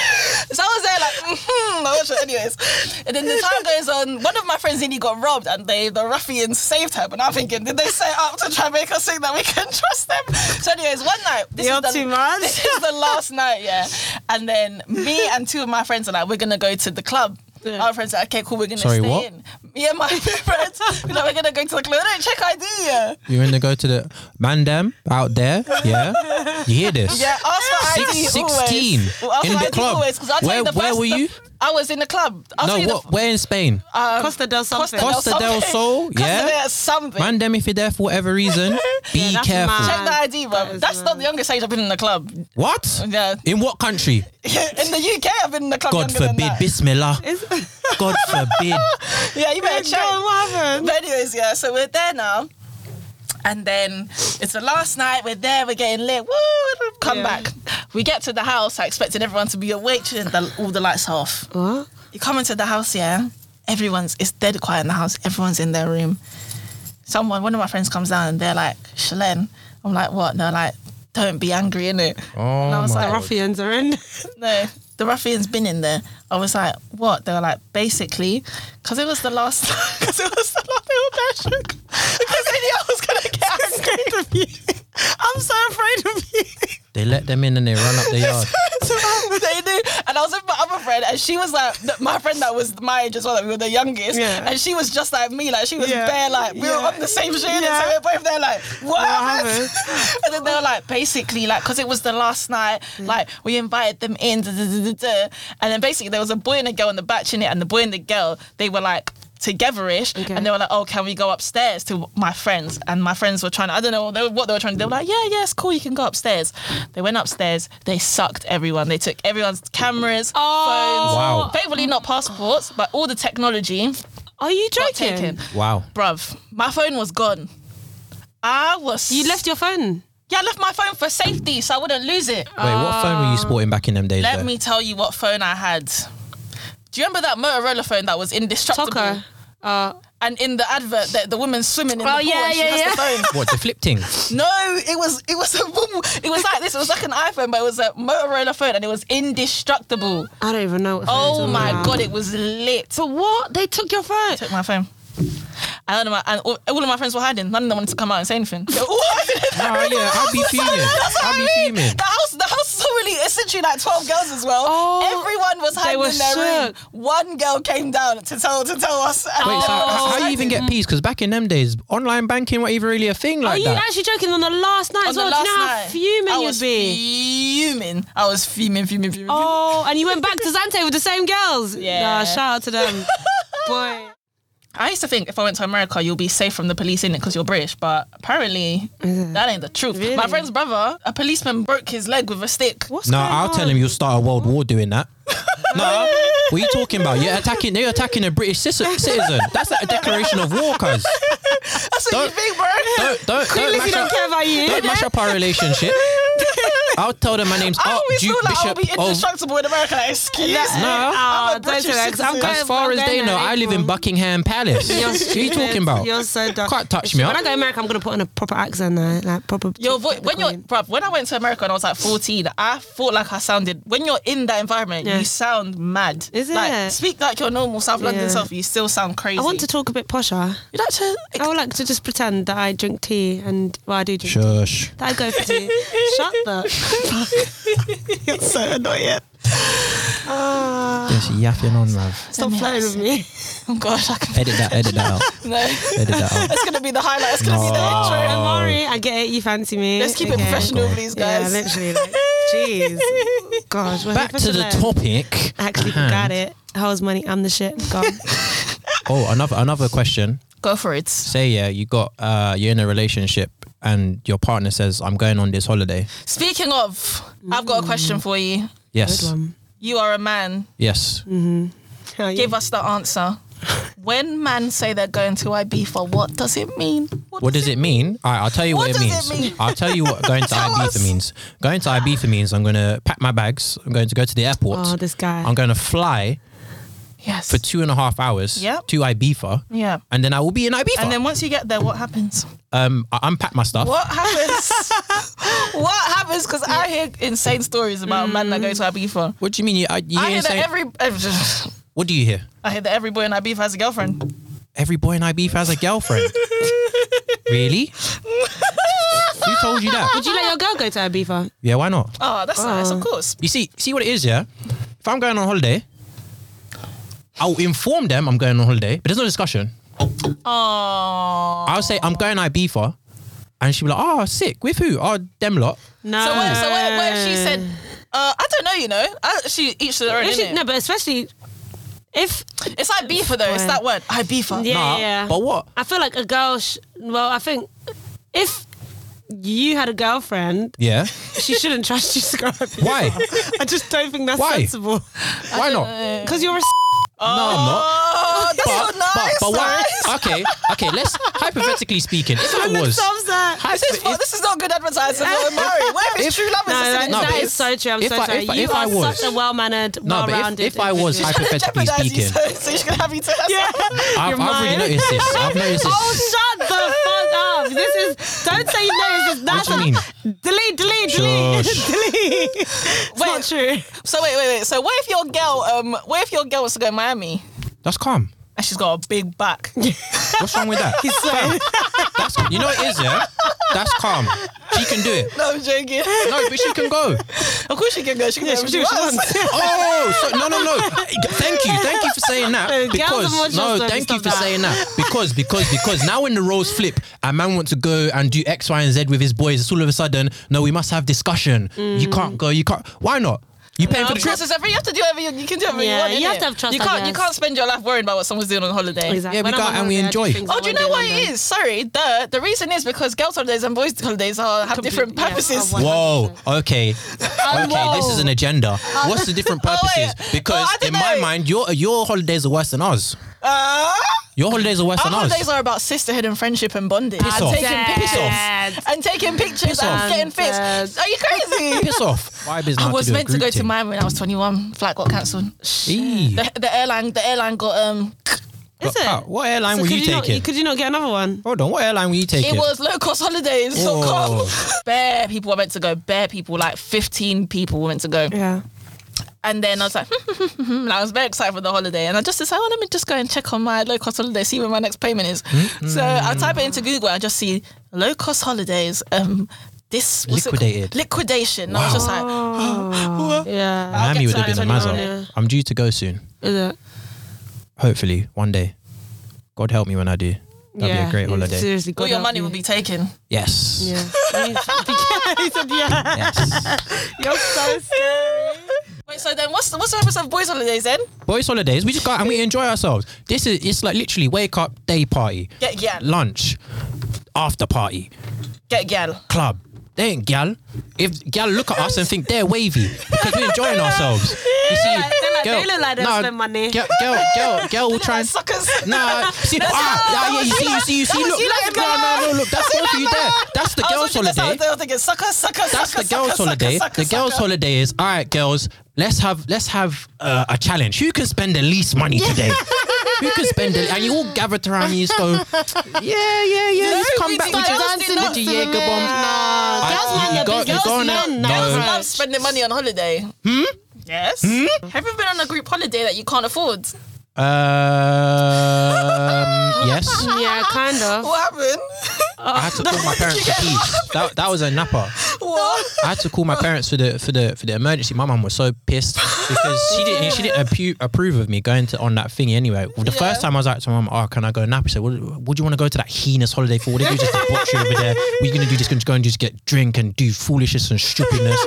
S3: so I was there like, mm-hmm, I watched it anyways. And then the time goes on, one of my friends Indy got robbed and they the ruffians saved her. But I'm thinking, did they set up to try and make us think that we can trust them? So anyways, one night, this
S1: You're
S3: is the,
S1: too mad.
S3: This is the last night, yeah. And then me and two of my friends are like, we're gonna go to the club.
S1: Yeah.
S3: Our friends are like, okay, cool, we're gonna
S2: Sorry,
S3: stay
S2: what?
S3: in. Me and my friends, we're like, we're gonna go to the club. "No, check ID.
S2: You want to go to the mandem out there? Yeah, you hear this?
S3: Yeah, ask for ID
S2: Six-
S3: always.
S2: 16
S3: Well, ask
S2: in
S3: for
S2: the
S3: ID
S2: club.
S3: always, 'cause I'll tell
S2: Where-
S3: you the
S2: where
S3: first-
S2: were you?
S3: I was in the club. I'll tell
S2: No,
S3: you the- Oh,
S2: what? Where in Spain?
S1: Costa del
S3: Costa
S1: something.
S3: del-
S2: Costa del
S3: something.
S2: Sol,
S3: Costa
S2: yeah?
S3: del something.
S2: Mandem, if you're there for whatever reason, be
S1: that's
S2: careful.
S1: mad.
S3: Check the ID, bro.
S1: That is
S3: That's not
S1: mad.
S2: uh,
S3: the youngest age I've been in the club.
S2: What?
S3: Yeah.
S2: In what country?
S3: in the UK, I've been in the club.
S2: God
S3: longer than
S2: forbid.
S3: that.
S2: Bismillah.
S1: It's-
S2: God forbid.
S3: Yeah, you better
S1: Go,
S3: check.
S1: what happened?
S3: But anyways, yeah, so we're there now. And then it's the last night, we're there, we're getting lit, woo, come
S1: Yeah.
S3: back. We get to the house, I expected everyone to be awake, and the, all the lights are off.
S1: What?
S3: You come into the house, yeah, everyone's, it's dead quiet in the house, everyone's in their room. Someone, one of my friends comes down and they're like, Shalene. I'm like, what? No, like, don't be angry, innit?
S2: Oh
S3: was
S2: my
S3: like,
S2: God.
S1: Ruffians are in.
S3: No, the ruffian's been in there. I was like, what? They were like, basically, because it was the last, because it was the last, they were bad Because they knew I was going to get angry. I'm so afraid of you.
S2: They let them in and they run up the yard.
S3: they knew. And I was with my other friend, and she was like, th- my friend that was my age as well, that we were the youngest.
S1: Yeah.
S3: And she was just like me, like she was
S1: Yeah.
S3: bare, like we were
S1: Yeah.
S3: on the same shit. and
S1: Yeah.
S3: So we were both there, like, what, happened?
S1: happened?
S3: and then they were like, basically, like, because it was the last night, like, we invited them in, da, da, da, da, da. and then basically there was a boy and a girl in the batch in it, and the boy and the girl, they were like, Together-ish,
S1: Okay.
S3: and they were like, "Oh, can we go upstairs to my friends?" And my friends were trying to—I don't know they were- what they were trying to. do. They were like, "Yeah, yeah, it's cool. You can go upstairs." They went upstairs. They sucked everyone. They took everyone's cameras,
S1: Oh.
S2: Wow.
S3: phones, thankfully not passports, but all the technology not
S1: Are you joking?
S3: taken.
S2: Wow.
S3: Bruv, my phone was gone. I was.
S1: You left your phone.
S3: Yeah, I left my phone for safety, so I wouldn't lose
S2: Wait,
S3: it.
S2: what phone were you sporting back in them days?
S3: Uh, Let
S2: though?
S3: me tell you what phone I had. Do you remember that Motorola phone that was indestructible?
S1: Tucker. Uh,
S3: And in the advert, that the woman's swimming in
S1: Oh,
S3: the pool
S1: yeah,
S3: and she
S1: yeah,
S3: has
S1: yeah.
S3: the phone.
S2: What the flip thing?
S3: No, it was it was a it was like this. It was like an iPhone, but it was a Motorola phone, and it was indestructible.
S1: I don't even know. What
S3: Oh
S1: phone's
S3: my
S1: on.
S3: god, it was lit.
S1: But what? They took your phone.
S3: took my phone. I don't know, my- and all, all of my friends were hiding. None of them wanted to come out and say anything. They were all hiding in their
S2: Oh
S3: room.
S2: yeah, I'd be fuming.
S3: That's what I
S2: I'd be
S3: mean.
S2: fuming.
S3: The house, the house is really essentially like twelve girls as well.
S1: Oh,
S3: Everyone was hiding
S1: were
S3: in their room.
S1: shook.
S3: One girl came down to tell to tell us. and
S2: Wait, so
S3: everyone was
S2: how, how do you
S3: hiding.
S2: even get peace? Because back in them days, online banking wasn't even really a
S3: Oh,
S2: thing
S1: Are
S2: like
S1: you
S2: that.
S1: actually joking on the last night
S3: On
S1: as
S3: the
S1: well? Do you
S3: last
S1: know how
S3: night,
S1: fuming
S3: I
S1: you'd
S3: was
S1: be?
S3: Fuming. I was fuming, fuming, fuming. fuming.
S1: Oh, and you went back to Zante with the same girls.
S3: Yeah.
S1: Nah, shout out to them. Boy.
S3: I used to think if I went to America, you'll be safe from the police in it because you're British, but apparently that ain't the truth. My
S1: Mm-hmm. Really?
S3: friend's brother, a policeman broke his leg with a stick.
S1: What's
S2: No,
S1: going
S2: I'll
S1: on?
S2: tell him you'll start a world war doing that. no, what are you talking about? You're attacking. They're attacking a British citi- citizen. That's like a declaration of war, cuz.
S3: That's what you
S2: Don't-
S3: think, bro.
S2: Don't don't don't
S1: Clearly
S2: mash
S1: he don't
S2: up.
S1: care about you.
S2: Don't mash up our relationship. I'll tell them my name's
S3: I always
S2: Archduke
S3: feel like I'll
S2: oh, Bishop oh.
S3: be
S2: of.
S3: indestructible in America. Like, excuse me.
S2: No.
S1: Ah,
S3: I'm a
S1: don't
S3: British
S1: do that, 'cause I'm
S3: citizen.
S1: going-
S2: As far
S1: I'm
S2: as they
S1: going
S2: know,
S1: there
S2: I live in
S1: April.
S2: Buckingham Palace.
S1: You're
S2: What are you talking
S1: stupid.
S2: about?
S1: You're so dumb.
S2: Can't touch me
S1: When
S2: up.
S1: I go to America, I'm gonna put on a proper accent there, like proper.
S3: Your voice, when you're, bruv, when I went to America and I was like 14, I thought like I sounded, when you're in that environment,
S1: Yeah.
S3: you sound mad.
S1: Is
S3: Like,
S1: it?
S3: speak like your normal South London
S1: Yeah.
S3: self, you still sound crazy.
S1: I want to talk a bit posher.
S3: You'd like to,
S1: I would like to just pretend that I drink tea and well, I do drink. Tea.
S2: Shush.
S1: That I go for tea. Shut the.
S3: you're so annoying.
S2: Yes, yapping on, bruv.
S1: Stop
S3: me
S1: flirting with me.
S3: Oh gosh, I can,
S2: Edit that. Edit that out.
S3: no.
S2: Edit that out.
S3: That's gonna be the highlight. That's gonna be the
S2: No.
S3: intro.
S1: Don't worry, I get it. You fancy me.
S3: Let's keep it professional, please,
S1: Yeah,
S3: guys.
S1: literally. Like, jeez. Gosh. we're
S2: Back to the
S1: professional.
S2: topic.
S1: Actually,
S2: at hand.
S1: got it. How's money? I'm the shit. Gone.
S2: Oh, another another question.
S3: Go for it.
S2: say yeah you got uh you're in a relationship and your partner says i'm going on this holiday
S3: Speaking of, I've got a question for you.
S1: Good
S2: yes
S1: one.
S3: You are a man.
S2: yes
S3: Mm.
S1: How you-
S3: Give us the answer. When men say they're going to Ibiza, what does it mean?
S2: what does it mean all right i'll tell you what,
S3: What
S2: it means
S3: does it mean?
S2: i'll tell you what going to
S3: Tell
S2: ibiza
S3: us.
S2: means going to ibiza means i'm going to pack my bags i'm going to go to the airport
S1: Oh, this guy.
S2: i'm going to fly
S3: Yes.
S2: for two and a half hours
S3: Yep.
S2: to ibiza
S3: yeah.
S2: and then i will be in ibiza
S3: And then once you get there, what happens?
S2: um i unpack my stuff
S3: What happens? what happens? Because I hear insane stories about men that go to Ibiza.
S2: what do you mean you, I, Mm. you
S3: I hear
S2: ain't
S3: that
S2: saying,
S3: every,
S2: what do you hear
S3: I hear that every boy in Ibiza has a girlfriend.
S2: every boy in ibiza has a girlfriend really who told you that
S1: Would you let your girl go to Ibiza?
S2: yeah why not
S3: Oh, that's nice. Ah, Of course.
S2: You see, see what it is, yeah. If I'm going on holiday, I'll inform them I'm going on holiday, but there's no discussion.
S3: Oh.
S2: I'll say I'm going Ibiza, and she'll be like, "Oh, sick. With who? Oh, them lot."
S1: No.
S3: So where, so where, where if she said, uh, I don't know, you know, I, she each to their own.
S1: If she-
S3: innit?
S1: no, but especially if
S3: it's like beefer though. It's that word. I beefer.
S1: Yeah,
S2: Nah,
S1: yeah.
S2: but what?
S1: I feel like a girl. Sh- well, I think if you had a girlfriend,
S2: Yeah.
S1: she shouldn't trust you to go. out.
S2: Why?
S1: I just don't think that's
S2: Why?
S1: sensible.
S2: Why not?
S1: Because you're a.
S2: No, I'm not.
S3: Oh, that's so nice.
S2: but why?
S3: nice.
S2: Okay, okay. Let's hypothetically speaking, if I
S1: Alex
S2: was,
S1: loves that.
S2: hypo-
S3: This is,
S2: if-
S3: this is not good advertising for Murray. Where is true love?
S1: No,
S3: is
S1: that,
S3: sitting
S2: no,
S3: in
S1: that
S2: but
S1: is
S2: if-
S1: so true. I'm
S2: if
S1: so
S2: I-
S1: sorry.
S2: if I-
S1: you
S2: if
S1: are
S2: I was-
S1: such a well-mannered,
S2: no, but
S1: well-rounded.
S2: if, if I was
S1: individual.
S3: Trying to
S2: hypothetically
S3: jeopardize you
S2: speaking,
S3: so, so she can have you to herself.
S2: I've,
S1: You're
S2: I've
S1: mine.
S2: really noticed this. I've noticed this.
S1: Oh, shut the fuck up! This is don't say you know. This is that's
S2: do you mean?
S1: delete, delete, delete,
S2: Shush.
S1: delete. It's not true.
S3: So wait, wait, wait. So what if your girl, um, what if your girl was to go to Miami
S2: That's calm.
S3: and she's got a big back?
S2: What's wrong with that? That's you know what it is, yeah. That's calm. She can do it.
S3: no, I'm joking.
S2: No, but she can go.
S3: Of course she can go. She can
S1: Yeah, she
S3: go if
S1: do
S3: she
S1: what she
S3: wants.
S1: wants.
S2: Oh, so, no, no, no. Thank you, thank you for saying
S1: Hey,
S2: that.
S1: girls are more
S2: Because no,
S1: trustworthy,
S2: thank
S1: stop
S2: you for
S1: that.
S2: saying that. Because because because now when the roles flip, a man wants to go and do X, Y, and Z with his boys. It's all of a sudden, no, we must have discussion. You can't go. You can't. Why not? You paying
S3: Mm. No,
S2: for the trip?
S3: trust is every. You have to do whatever you, you can do. Whatever
S1: Yeah,
S3: you, want,
S1: you have
S3: innit?
S1: to have trust,
S3: You
S1: I
S3: can't. You
S1: guess.
S3: can't spend your life worrying about what someone's doing on holiday.
S2: Yeah, we
S1: When I'm
S2: go
S1: on
S2: out and we
S1: holiday, I do
S2: enjoy.
S1: things I
S3: Oh, do you
S1: won't
S3: know what
S1: in
S3: it
S1: London.
S3: is? Sorry, the the reason is because girls' holidays and boys' holidays are have
S1: Complete-
S3: different
S1: yeah,
S3: purposes.
S1: oh, wow.
S2: Whoa, okay. Okay, this is an agenda. What's the different
S3: Oh, wait.
S2: purposes? Because
S3: Oh, I don't
S2: in my
S3: know.
S2: mind, your your holidays are worse than ours.
S3: Uh,
S2: Your holidays are worse
S3: our
S2: than ours.
S3: holidays are about sisterhood and friendship and bonding.
S2: Piss
S3: and
S2: off.
S3: taking
S1: Dead.
S3: pictures. And taking pictures
S2: off.
S3: and getting
S1: Dead.
S3: fits. Are you crazy?
S2: Piss off. Why business?
S3: I
S2: have
S3: was
S2: do a
S3: meant to
S2: group
S3: go to
S2: thing?
S3: Miami when I was 21. Flight got cancelled.
S2: Eee.
S3: The, the airline, the airline got um.
S1: Is
S2: But,
S1: it?
S2: uh, What airline
S1: So
S2: were
S1: could
S2: you
S1: not-
S2: taking?
S1: could you not get another one?
S2: Hold on, what airline were you taking?
S3: It was low cost holidays. So
S2: Whoa.
S3: come. Bare people were meant to go. Bare people, like 15 people were meant to go.
S1: Yeah.
S3: And then I was like, and I was very excited for the holiday. And I just decided, oh, let me just go and check on my low cost holiday, see where my next payment is.
S2: Mm-hmm.
S3: So I type it into Google and I just see low cost holidays. Um, this what's it called?
S2: Liquidated.
S3: liquidation. And I was just like,
S1: Uh, Yeah.
S2: Miami
S3: get
S2: would have
S3: to
S2: Oh. been a
S3: that
S2: mazza.
S3: anyway.
S2: I'm due to go soon.
S1: Is it?
S2: Hopefully, one day. God help me when I do. That'd
S1: yeah.
S2: be a great holiday.
S1: Seriously, God
S3: all your
S1: help
S3: money
S1: you.
S3: will be taken.
S2: Yes.
S1: Yeah. he said yeah.
S2: Yes.
S1: You're so
S3: Wait, so then what's the, what's the purpose of boys' holidays then?
S2: Boys' holidays, we just go out and we enjoy ourselves. This is it's like literally wake up, day party,
S3: Get gal,
S2: lunch, after party,
S3: get gal.
S2: club. They ain't gal. If gal look at us and think they're wavy because we're enjoying ourselves. You see,
S1: they're like-
S2: girl,
S1: they look like they
S2: nah,
S1: spend money.
S2: Girl, girl, girl, girl will try
S3: Like
S2: and
S3: suckers.
S2: Nah, see, ah, yeah,
S1: "Oh,
S2: yeah, you see, you see, you see,
S3: was
S2: look,
S3: you
S2: look,
S3: letting
S2: no,
S3: go.
S2: no, no, look, that's both of you there. That's the
S3: I
S2: girls'
S3: was watching this
S2: holiday.
S3: holiday, I was thinking, sucker, sucker,
S2: That's
S3: sucker,
S2: the girls'
S3: sucker,
S2: holiday.
S3: sucker,
S2: The girls'
S3: sucker.
S2: holiday is all right, girls. Let's have let's have uh, a challenge. Who can spend the least money today? Who can spend the and you all gathered around and you just go, yeah, yeah, yeah. Let's come
S3: we
S2: back
S3: did
S2: with your,
S3: dancing
S2: with your Jaeger bomb.
S1: Girls
S2: I-
S1: mind
S2: you
S1: their
S2: go-
S1: business.
S2: you go
S1: Girls
S2: on a-
S1: learn
S2: no.
S1: that
S3: Girls
S1: much.
S3: love spending money on holiday. Hmm? Yes.
S2: Hmm?
S3: Have you been on a group holiday that you can't afford?
S2: Um, yes.
S1: Yeah, kind of.
S3: What happened?
S2: I had to call my parents to pee. That, that was a napper.
S3: What?
S2: I had to call my parents for the for the for the emergency. My mum was so pissed because she didn't she didn't appu- approve of me going to on that thingy anyway. Well, the first time I was like to my mum, "Oh, can I go nap?" She said, "What what do you want to go to that heinous holiday for? What if you just debauch you over there? What are you gonna do? Just gonna go and just get drink and do foolishness and stupidness."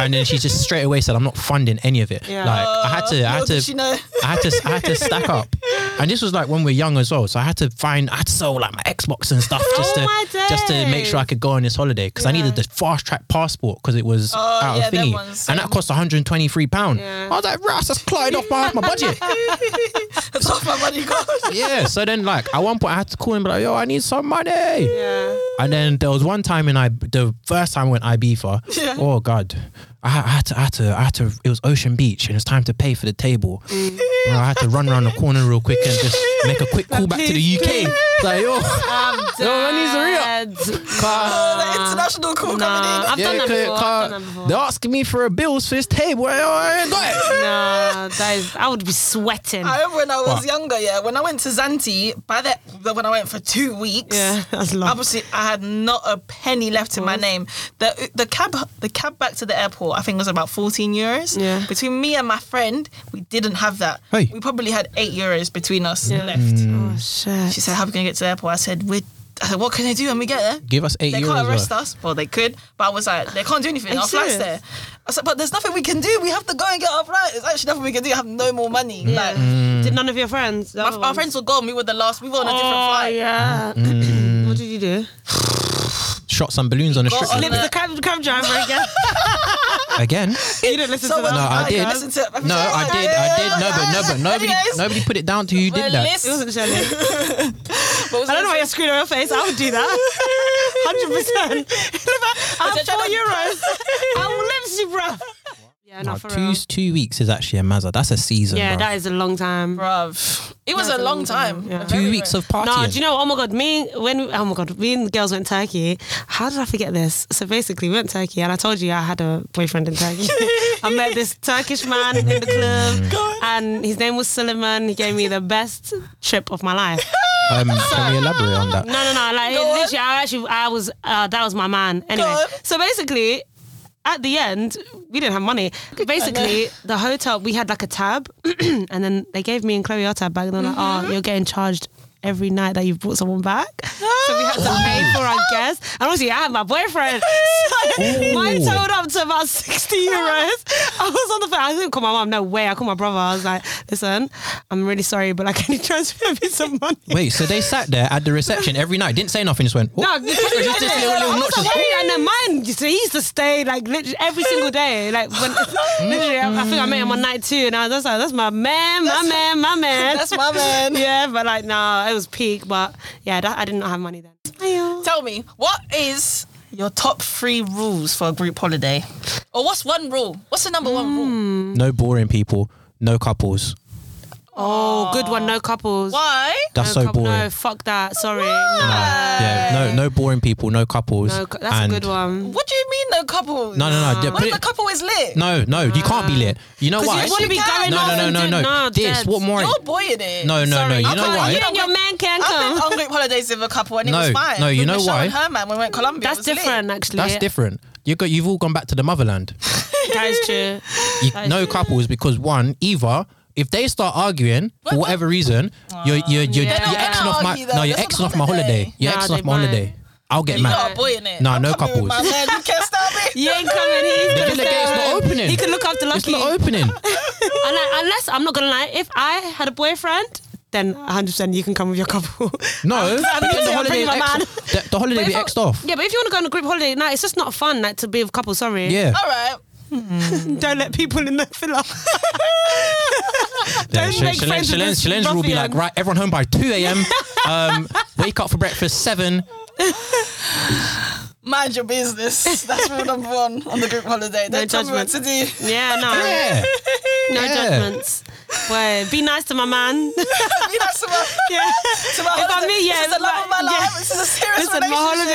S2: And then she just straight away said, "I'm not funding any of it."
S1: Yeah.
S2: Like I had to, I had
S3: Little
S2: to,
S3: did she know.
S2: I had to, I had to stack up. And this was like when we are young as well, so I had to find, I had to sell like my Xbox and stuff just
S1: Oh my
S2: to just to make sure I could go on this holiday because I needed the fast track passport because it was out
S3: yeah,
S2: of
S3: them
S2: thingy,
S3: ones,
S2: and
S3: same.
S2: that cost 123 pound.
S1: Yeah.
S2: I was like, "Russ, that's clotting off my, my budget."
S3: That's off my money gone.
S2: yeah. So then, like at one point, I had to call him like, "Yo, I need some money." Yeah.
S1: Yeah.
S2: And then there was one time in I the first time I went Ibiza.
S3: Yeah.
S2: Oh God, I, I had to, I had to, I had to. It was Ocean Beach, and it was time to pay for the table. Bro, I had to run around the corner real quick and just make a quick call back to the
S1: please,
S2: UK. Like yo,
S1: Yo,
S2: that needs a re-up. car.
S3: the international call
S1: Nah,
S3: coming
S1: I've
S3: in.
S1: done that
S2: clear
S1: before.
S2: car.
S1: I've done that before.
S2: They're asking me for a bills for this table. Yo, I ain't got it.
S1: Nah, that is. I would be sweating.
S3: I remember when I was
S2: What?
S3: younger, yeah. When I went to Zanti, by that when I went for two weeks,
S1: Yeah, that's Mm. long.
S3: Obviously, I had not a penny left in my name. The the cab the cab back to the airport, I think was about fourteen euros.
S1: Yeah.
S3: Between me and my friend, we didn't have that.
S2: Oi.
S3: we probably had eight euros between us
S1: Yeah.
S3: left.
S2: Mm.
S1: Oh shit.
S3: She said, "How are we gonna get to the airport?" I said, "We." I said, "What can they do when we get there?"
S2: Give us eight
S3: They
S2: euros.
S3: can't arrest
S2: worth.
S3: us. Well, they could, but I was like, they can't do anything.
S1: Are you
S3: Our flight's
S1: serious?
S3: there. I said, but there's nothing we can do. We have to go and get our flight. There's actually nothing we can do. I have no more money. Like,
S1: uh,
S2: Mm.
S1: Did none of your friends? the
S3: my-
S1: other
S3: our
S1: ones?
S3: friends were gone. We were the last. We were on a different
S1: Oh
S3: flight.
S1: yeah.
S2: Mm.
S1: what did you do?
S2: Shot some balloons on a
S3: Got
S2: strip
S3: on
S2: club.
S1: Lips
S3: the-
S1: Oh, the cab, cab driver again.
S2: again.
S1: you don't listen to
S3: Someone-
S1: that.
S2: No, I
S3: I
S2: did.
S3: listen to it.
S2: No, I did. I did. No, but no, but nobody,
S3: Anyways.
S2: nobody put it down to who
S3: Well,
S2: did that.
S3: listen,
S1: It wasn't Shelley.
S3: what was
S1: I don't know why
S3: gonna
S1: you're screwing on your face. I would do that. Hundred percent. I have
S3: Is it
S1: four
S3: Shelley?
S1: euros. I will lips you, bruv. Yeah,
S2: No,
S1: not for
S2: two
S1: real.
S2: two weeks is actually a mazza. That's a season.
S1: Yeah,
S2: bruv.
S1: that is a long time.
S3: Bruv. It was
S1: Yeah,
S3: a long time.
S1: yeah.
S3: A
S2: two
S3: very
S2: weeks
S3: long-
S2: of partying.
S1: No, do you know? Oh my god, me when oh my god, me and the girls went Turkey. How did I forget this? So basically, we went Turkey, and I told you I had a boyfriend in Turkey. I met this Turkish man in the club, and his name was Suleiman. He gave me the best trip of my life.
S2: um, can we elaborate on that?
S1: No, no, no. Like
S3: Go on.
S1: literally, I actually, I was uh, that was my man. Anyway,
S3: on.
S1: so basically, at the end, we didn't have money. Basically, the hotel we had like a tab, and then they gave me and Chloe our tab back, and they're like,
S3: Mm-hmm.
S1: "Oh, you're getting charged." Every night that you've brought someone back, so we had to pay for our guests. And obviously, I had my boyfriend. So mine
S2: Ooh.
S1: totaled up to about sixty euros. I was on the phone. I didn't call my mom. No way. I called my brother. I was like, "Listen, I'm really sorry, but like, can you transfer me some money?"
S2: Wait, so they sat there at the reception every night, didn't say nothing, just went. "Oh."
S1: No, because
S2: Just this little- little
S1: I was
S2: notch
S1: like,
S2: just-
S1: "Hey," and then mine, you see, he used to stay like literally every single day. Like when literally, I, I think I met him on night two, and I was just like, "That's my man, my man, my man."
S3: That's my man.
S1: yeah, but like, no, it was peak. But yeah, that, I did not have money then.
S3: Tell me, what is your top three rules for a group holiday? Or what's one rule? What's the number one
S1: Hmm.
S3: rule?
S2: No boring people. No couples.
S1: Oh, good one. No couples.
S3: Why?
S2: That's
S1: No
S2: so
S1: coup-
S2: boring.
S1: No, fuck that. Sorry. No,
S2: Yeah, no, no boring people. No couples.
S1: no, that's
S2: and-
S1: a good one.
S3: What do you mean no couple?
S2: No, no, no. yeah,
S3: What
S2: put
S3: if the
S2: it,
S3: couple is lit?
S2: no, no, you can't be lit. You know why?
S1: You want to be
S3: Yes, you
S1: going
S3: can.
S2: no,
S1: off
S2: no,
S1: and
S2: no,
S1: doing-
S2: no, no. This
S1: dead.
S2: what more?
S3: You're eh? boying it.
S2: No, no, no.
S1: Sorry.
S2: You know
S3: Okay,
S2: why?
S1: You and your man can
S3: I've
S1: come.
S3: been on group holidays with a couple and it
S2: No,
S3: was fine.
S2: no, you
S3: With
S2: know
S3: Michelle
S2: why?
S3: and her man when we went to Colombia.
S1: That's
S3: it was
S1: different,
S3: Lit.
S1: actually.
S2: That's different. You got you've all gone back to the motherland.
S1: That is true.
S2: You,
S1: That is
S2: no couples because one either. If they start arguing for whatever reason, you're you're you're,
S1: Ah, yeah.
S2: you're
S1: They're not
S2: exing off my
S3: argue, though.
S2: no, you're
S3: That's on
S2: exing off my
S3: holiday.
S2: holiday. You're
S1: Nah,
S2: exing
S1: they
S2: off my
S1: might.
S2: holiday. I'll get
S3: You lot are
S2: mad.
S3: boying it.
S2: No,
S3: I'm
S2: no
S3: coming with My
S2: couples.
S3: man. You can't stop me.
S1: You ain't coming. He's
S2: The
S1: gonna
S2: villa
S1: stay
S2: gate's not
S1: on.
S2: opening.
S1: He can look after
S2: It's
S1: Lucky.
S2: not opening.
S1: And I- unless I'm not gonna lie, if I had a boyfriend, then 100 percent you can come with your couple.
S2: No,
S1: I'm
S2: because the
S1: gonna
S2: holiday
S1: bring my
S2: is
S1: man.
S2: exed- the, the holiday be
S1: If I-
S2: exed off.
S1: Yeah, but if you want to go on a group holiday night, it's just not fun like to be with a couple. Sorry.
S2: Yeah,
S3: All right.
S1: Don't let people in the villa.
S2: yeah.
S1: don't make friends with this
S2: Shalene's will be like,
S1: ruffian.
S2: right, everyone home by two a.m. um, wake up for breakfast seven.
S3: Mind your business. That's rule number one on the group holiday. Don't tell me what to
S1: judgment.
S3: do.
S1: yeah, no,
S2: Yeah,
S1: no
S2: Yeah.
S1: judgments. Well, be nice to my man.
S3: Be nice to my,
S1: yeah.
S3: to my
S1: If I
S3: holiday.
S1: mean, yeah,
S3: this is the love of my
S1: yeah.
S3: life. This is a serious
S1: Listen, my
S3: relationship.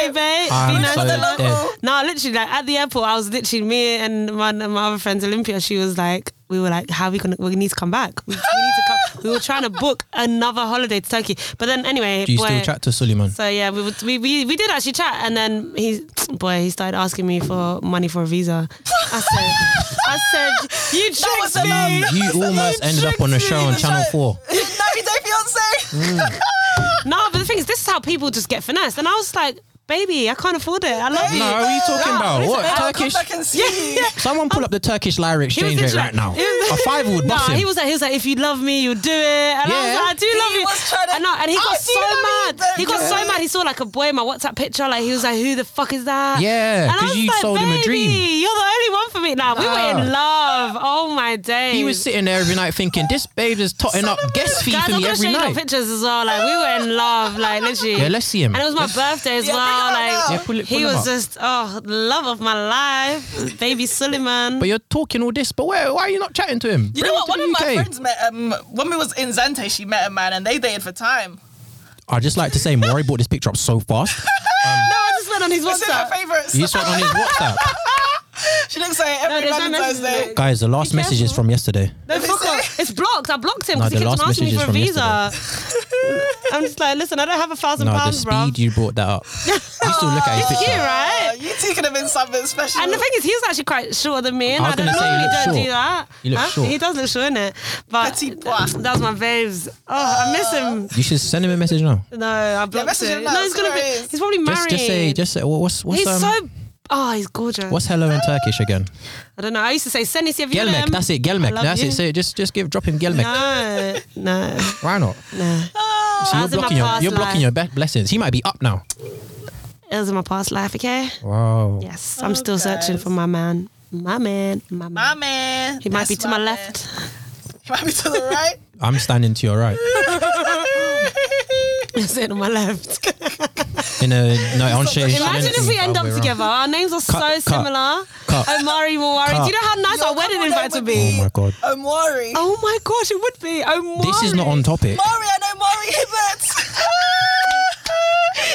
S1: holiday, babe. be
S2: I'm
S1: nice
S2: so
S1: to
S3: Hello.
S2: dead.
S1: No, literally, like at the airport, I was literally me and my, my other friends, Olympia. She was like, we were like, how are we gonna? We need to come back. We, we need to come. We were trying to book another holiday to Turkey, but then anyway,
S2: Do you
S1: boy,
S2: still chat to Suleiman?
S1: So yeah, we, would, we we we did actually chat, and then he, boy, he started asking me for money for a visa. I said, I said, you
S3: That was
S1: tricked
S3: a
S1: me.
S3: lie.
S2: You almost ended up on a show on Channel Four.
S3: 90 Day Fiance.
S2: Mm,
S1: No, but the thing is, this is how people just get finessed, and I was like, baby, I can't afford it. I love
S2: No,
S1: you.
S2: what are you talking about? What
S3: I'll come
S2: Turkish?
S3: back and see you.
S2: Someone pull up the Turkish lira exchange rate
S1: literally-
S2: right now.
S1: he was-
S2: A five would
S1: No,
S2: bust
S1: he
S2: him.
S1: was like, he was like, if you love me, you'll do it. And I was
S2: Yeah.
S1: like, I do love
S3: He
S1: you.
S3: was trying to-
S1: and, no, and he
S3: I
S1: got
S3: do
S1: so
S3: love you,
S1: mad. He got so
S3: baby.
S1: mad. He saw like a boy in my WhatsApp picture. Like he was like, who the fuck is that? And
S2: Yeah,
S1: I
S2: 'cause
S1: was
S2: you
S1: like,
S2: sold him a dream.
S1: "Baby, You're the only one for me. Now we were in
S2: Nah.
S1: love. Oh my day.
S2: He was sitting there every night thinking, this babe is totting up guest fee
S1: Guys,
S2: for
S1: I'm
S2: me
S1: gonna show
S2: every
S1: you little
S2: night.
S1: pictures as well. Like we were in love, like literally.
S2: Yeah, let's see him.
S1: And it was my birthday as
S3: Yeah, bring
S1: well.
S3: him out
S1: Like
S3: now.
S2: Yeah, pull it-
S1: he
S2: pull
S1: was
S2: him up.
S1: just oh love of my life, baby Suleiman.
S2: But you're talking all this, but where, why are you not chatting to him?
S3: You know what? One of my friends met um when we was in Zante, she met a man and they dated for time.
S2: Mm. I just like to say, Maury brought this picture up so fast.
S1: no, I just went on his
S3: This is my
S1: WhatsApp.
S3: favourites.
S2: He just went on his WhatsApp.
S3: She looks like every
S1: there's no messages
S3: Valentine's Day.
S1: in
S2: Guys, the last
S1: Be
S2: message is
S1: careful.
S2: from yesterday.
S1: No, fuck off. It's blocked. I blocked him
S2: No,
S1: because
S2: the
S1: he kept
S2: last
S1: on asking me
S2: message
S1: for a
S2: is
S1: visa. I'm just like, listen, I don't have a thousand
S2: No, the
S1: pounds, bro.
S2: speed you brought that up. You still look at his
S1: It's
S2: picture.
S1: you,
S3: Uh,
S1: right?
S3: you You two could have been something special.
S1: And the thing is, he's actually quite shorter than me. And
S2: I
S1: I,
S2: was
S1: don't
S2: gonna say, you
S1: normally
S2: look
S1: don't do
S2: short.
S1: that.
S2: You look short.
S1: He does look short, innit? But
S3: Petit pois.
S1: that was my babes. Oh, I miss him.
S2: You should send him a message now.
S1: No, I blocked
S3: message
S1: it.
S3: him now,
S1: No, he's
S3: see
S1: gonna
S3: where
S1: be.
S3: he is.
S1: He's probably married.
S2: Just, just say, just say, what- what's what's
S1: he's
S2: um,
S1: so. Oh, he's gorgeous.
S2: what's hello in Turkish again?
S1: I don't know. I used to say seni seviyorum.
S2: Gelmek, that's it.
S1: I
S2: Gelmek,
S1: love
S2: that's
S1: you.
S2: it. Say, just just give, drop him Gelmek.
S1: No, no,
S2: Why not?
S1: no.
S2: So you're
S1: As in Ah, my
S2: blocking your,
S1: past
S2: you're blocking
S1: life.
S2: your be- blessings. He might be up now.
S1: It was in my past life, okay?
S2: Wow.
S1: Yes, I'm still
S3: Oh,
S1: searching
S3: guys.
S1: for my man. My man, my man.
S3: my man.
S1: he might be
S3: That's
S1: to my
S3: man.
S1: left.
S3: He might be to the right.
S2: I'm standing to your right.
S1: He's sitting on my left.
S2: In a no, on shade.
S1: Imagine if we end up together. Our names are
S2: Cut,
S1: so
S2: cut,
S1: similar.
S2: cut.
S1: Omari Mawari. Do
S2: Cut.
S1: you know how nice
S3: Yo,
S1: our wedding
S3: come on,
S1: invite would
S3: that would
S1: be?
S3: be-
S2: Oh my god.
S3: Omori. Mori,
S1: Oh my gosh, it would be. Omari.
S2: This is not on topic.
S3: I know Mori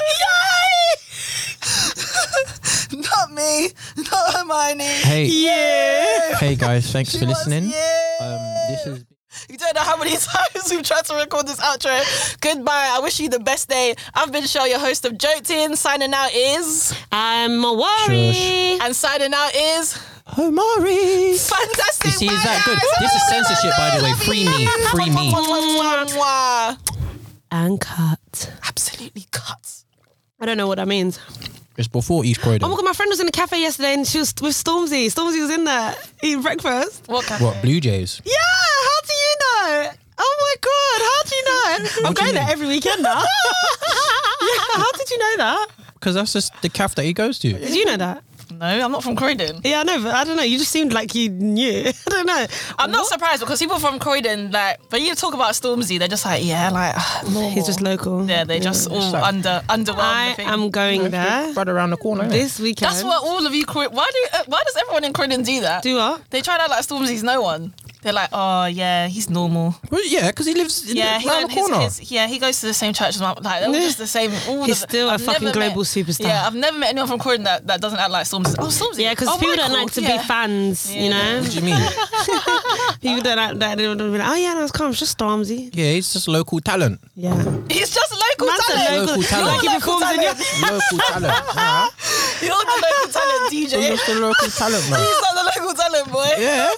S3: Hibbert. Yay! Not me. Not Hermione.
S2: Hey,
S1: Yeah.
S2: hey guys, thanks for
S3: What's-
S2: listening.
S3: yeah.
S2: Um, this is.
S3: You don't know how many times we've tried to record this outro. Goodbye. I wish you the best day. I've been Shell, your host of Jotin. Signing out is.
S1: I'm Mawari.
S3: And signing out is.
S2: Oh, Mari.
S3: Fantastic.
S2: You see, is
S3: Bye,
S2: that good?
S3: guys.
S2: This is censorship, by the way. Free me, free me.
S3: Mwah.
S1: And cut.
S3: Absolutely cut.
S1: I don't know what that means.
S2: It's before East Croydon.
S1: Oh my god, my friend was in a cafe yesterday and she was with Stormzy. Stormzy was in there eating breakfast.
S3: What kind
S2: What Blue Jays?
S1: Yeah, how do you know? Oh my god, how do you know? I'm
S2: What do you
S1: going there
S2: mean?
S1: every weekend now. yeah, how did you know that?
S2: Because that's just the calf that he goes to.
S1: Did you know that?
S3: No, I'm not from Croydon.
S1: Yeah, I know, but I don't know. You just seemed like you knew. I don't know.
S3: I'm not surprised because people from Croydon, like, when you talk about Stormzy, they're just like, yeah, like, ah,
S1: He's just local.
S3: yeah, they're just all
S2: like-
S3: under underwhelmed. I
S1: I
S3: think.
S1: am going there
S2: Right around the corner. innit?
S1: this weekend.
S3: That's what all of you. Cro- Why do? uh, Why does everyone in Croydon do that?
S1: Do what?
S3: They try to act like Stormzy's no one. They're like, oh yeah, he's normal.
S2: Well, yeah, because he lives in-
S3: Yeah, he
S2: round
S3: went-
S2: the
S3: his-
S2: corner.
S3: his- yeah, he goes to the same church as my. Like, they're all just the same. all
S1: He's
S3: the-
S1: still a fucking
S3: never
S1: global
S3: met-
S1: superstar.
S3: Yeah, I've never met anyone from Croydon that, that doesn't act like Stormzy. Oh, Stormzy.
S1: Yeah, because
S3: Oh,
S1: people don't
S3: Michael.
S1: like to
S3: Yeah.
S1: be fans, you know?
S2: What do you mean?
S1: People don't like that. They don't be like, oh, yeah, no, it's calm. It's just Stormzy.
S2: yeah, he's just local talent.
S1: Yeah.
S3: He's just local
S1: Man's a
S3: talent.
S2: Local talent.
S1: Like he
S3: You're
S1: performs in your-
S3: talent.
S2: Local talent. Nah,
S3: You're the local talent DJ.
S2: he's the local talent, man.
S3: He's not the local talent boy.
S2: Yeah.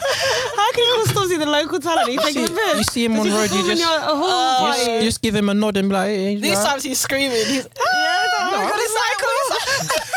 S1: How can you call Stormzy the local talent? You
S2: see-
S1: take the piss.
S2: you see him
S1: Does
S2: on
S1: he
S2: road, you
S1: perform in
S2: just- Oh,
S1: your- a whole
S2: Just,
S1: party?
S2: just give him a nod and be like, hey,
S3: These
S2: right.
S3: times he's screaming.
S1: Yeah,
S3: He's
S1: no,
S3: oh,
S1: I got
S3: he's
S1: his
S3: like,
S1: cycle.
S3: what is that?